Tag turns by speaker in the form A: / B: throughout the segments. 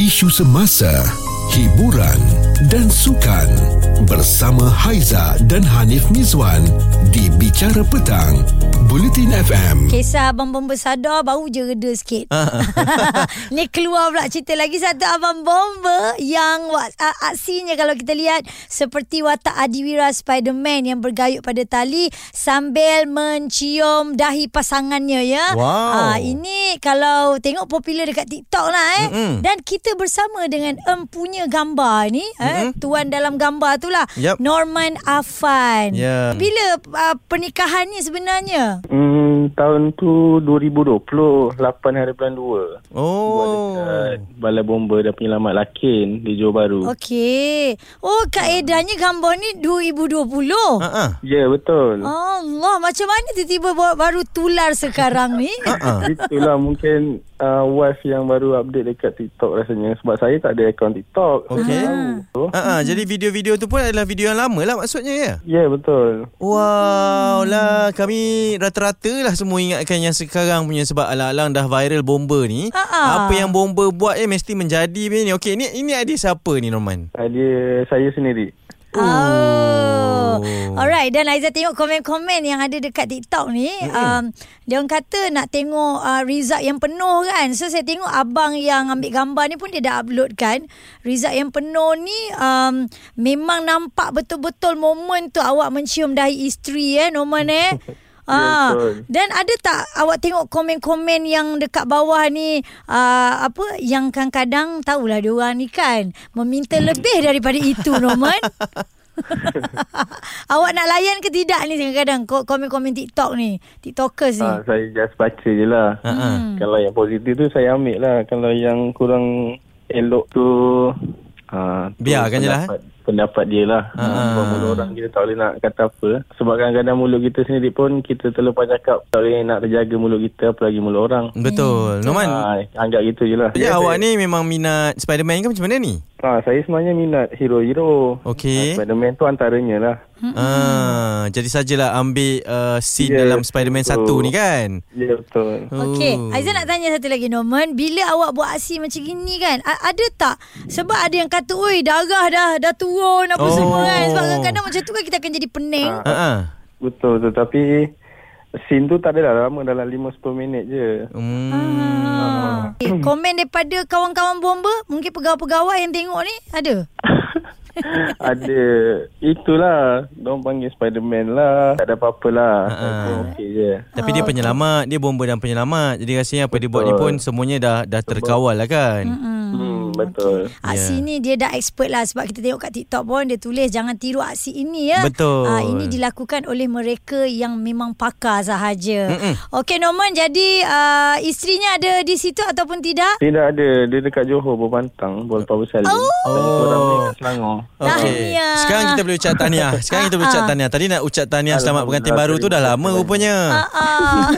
A: isu semasa, hiburan dan sukan bersama Haiza dan Hanif Mizwan di Bicara Petang, Bulletin FM.
B: Kisah abang bomba sadar baru je reda sikit.
C: Ah.
B: Ni keluar pula cerita lagi satu abang bomba yang wa- a- aksinya kalau kita lihat seperti watak Adiwira Spiderman yang bergayut pada tali sambil mencium dahi pasangannya ya. Ah,
C: Wow.
B: ini kalau tengok popular dekat TikTok lah eh.
C: Mm-mm.
B: Dan kita bersama dengan empunya gambar ni eh tuan dalam gambar tu lah
C: Yup.
B: Norman Afan.
C: Ya.
B: Bila uh, pernikahannya sebenarnya?
D: Hmm, tahun tu 2020, 8 hari bulan 2.
C: Oh.
D: Dekat Balai Bomba dan Penyelamat Lakin di Johor Bahru. Okay.
B: Okey. Oh, Kak Edanya gambar ni 2020.
C: Ha ah.
D: Ya, betul. Uh.
B: Allah, macam mana tiba-tiba baru, baru tular sekarang ni?
C: Ah. Ha,
D: Itulah mungkin uh, wife yang baru update dekat TikTok rasanya. Sebab saya tak ada akaun TikTok.
C: Okey.
D: So,
C: Ha ah, jadi video-video tu pun adalah video yang lama lah maksudnya ya.
D: Ya, betul.
C: Wow lah kami rata-rata lah semua ingatkan yang sekarang punya sebab alang-alang dah viral bomba ni.
B: Ha-ha.
C: Apa yang bomba buat eh mesti menjadi punya ni. Okey ni ini idea siapa ni Norman?
D: Ada Ah, saya sendiri.
B: Oh. Alright, dan Aiza tengok komen-komen yang ada dekat TikTok ni. Um, dia orang kata nak tengok uh, result yang penuh kan. So, saya tengok abang yang ambil gambar ni pun dia dah upload kan. Result yang penuh ni um, memang nampak betul-betul momen tu awak mencium dahi isteri eh, Norman eh. Ah,
D: betul.
B: dan ada tak awak tengok komen-komen yang dekat bawah ni uh, apa yang kadang-kadang tahulah dia orang ni kan meminta lebih daripada itu Norman. awak nak layan ke tidak ni kadang-kadang ko- komen-komen TikTok ni, TikTokers ni. Hmm.
D: Ah, saya just baca je lah.
C: Ha
D: Kalau yang positif tu saya ambil lah. Kalau yang kurang elok tu... Uh,
C: Biarkan je lah,
D: pendapat, Pendapat dia lah.
C: Ah.
D: Sebab mulut orang kita tak boleh nak kata apa. Sebab kadang-kadang mulut kita sendiri pun kita terlepas cakap. Tak boleh nak terjaga mulut kita apalagi mulut orang.
C: Betul. Norman.
D: Ah, anggap gitu je lah.
C: Ya awak ni memang minat Spiderman ke macam mana ni?
D: Ah, saya sebenarnya minat hero-hero.
C: Okey.
D: Ah, Spiderman tu antaranya lah.
C: Ah, jadi sajalah ambil uh, scene
D: Ya,
C: dalam Spiderman 1
D: betul.
C: ni kan. Oh.
D: Ya betul.
B: Okey, Aizan nak tanya satu lagi Norman, bila awak buat aksi macam gini kan, a- ada tak sebab ada yang kata, "Oi, darah dah dah turun apa oh.
C: Oh.
B: semua kan." Sebab kadang-kadang macam tu kan kita akan jadi pening.
C: Ha ah.
D: Betul tu. Tapi scene tu tak adalah lama. Dalam 5-10 minit je.
C: Hmm.
B: Ah. Okay, komen daripada kawan-kawan bomba, mungkin pegawai-pegawai yang tengok ni ada.
D: Ada Itulah Diorang panggil Spiderman lah Tak ada apa-apa lah uh-huh. Okey je
B: Ah,
C: Tapi dia penyelamat, dia bomba dan penyelamat. Jadi rasanya apa dia buat ni pun semuanya dah dah terkawal lah kan.
D: hmm, Betul
C: Ya.
B: Aksi yeah. ni dia dah expert lah sebab kita tengok kat TikTok pun dia tulis jangan tiru aksi ini ya.
C: Betul.
B: Ah, ini dilakukan oleh mereka yang memang pakar sahaja. Okey Norman jadi uh, isterinya ada di situ ataupun tidak?
D: Tidak ada Dia dekat Johor Berpantang Berpapa Salim oh. Dan
C: Oh.
D: korang dekat Selangor
C: Okey.
B: Tahniah.
C: Sekarang kita boleh ucap tahniah. Sekarang kita boleh ucap tahniah. Tadi nak ucap tahniah selamat pengantin baru tu dah lama rupanya.
B: Ah.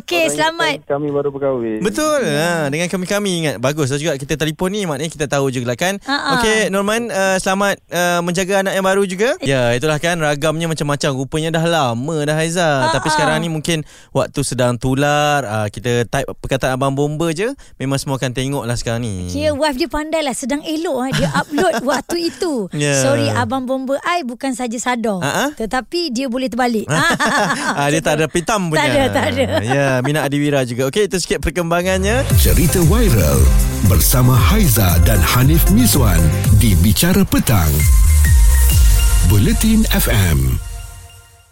B: Okey, selamat.
D: Kami baru berkahwin
C: Betul. Ha, dengan kami-kami ingat. Bagus lah juga kita telefon ni maknanya kita tahu juga lah kan.
B: Ha-ha.
C: Okey Norman uh, selamat uh, menjaga anak yang baru juga.
B: Eh.
C: Ya itulah kan ragamnya macam-macam. Rupanya dah lama dah Haiza.
B: Ah,
C: Tapi sekarang ni mungkin waktu sedang tular. Uh, kita type perkataan abang bomba je. Memang semua akan tengok lah sekarang ni.
B: Kira wife dia pandai lah Sedang elok ah. Dia upload waktu itu
C: Ya.
B: Sorry Abang Bomba I Bukan saja sadar
C: Ha-ha.
B: Tetapi dia boleh terbalik
C: ah, dia tak ada pitam punya.
B: Tak ada, tak ada.
C: Ya, Mina Adiwira juga. Okey, itu sikit perkembangannya.
A: Cerita viral bersama Haiza dan Hanif Mizwan di Bicara Petang. Bulletin FM.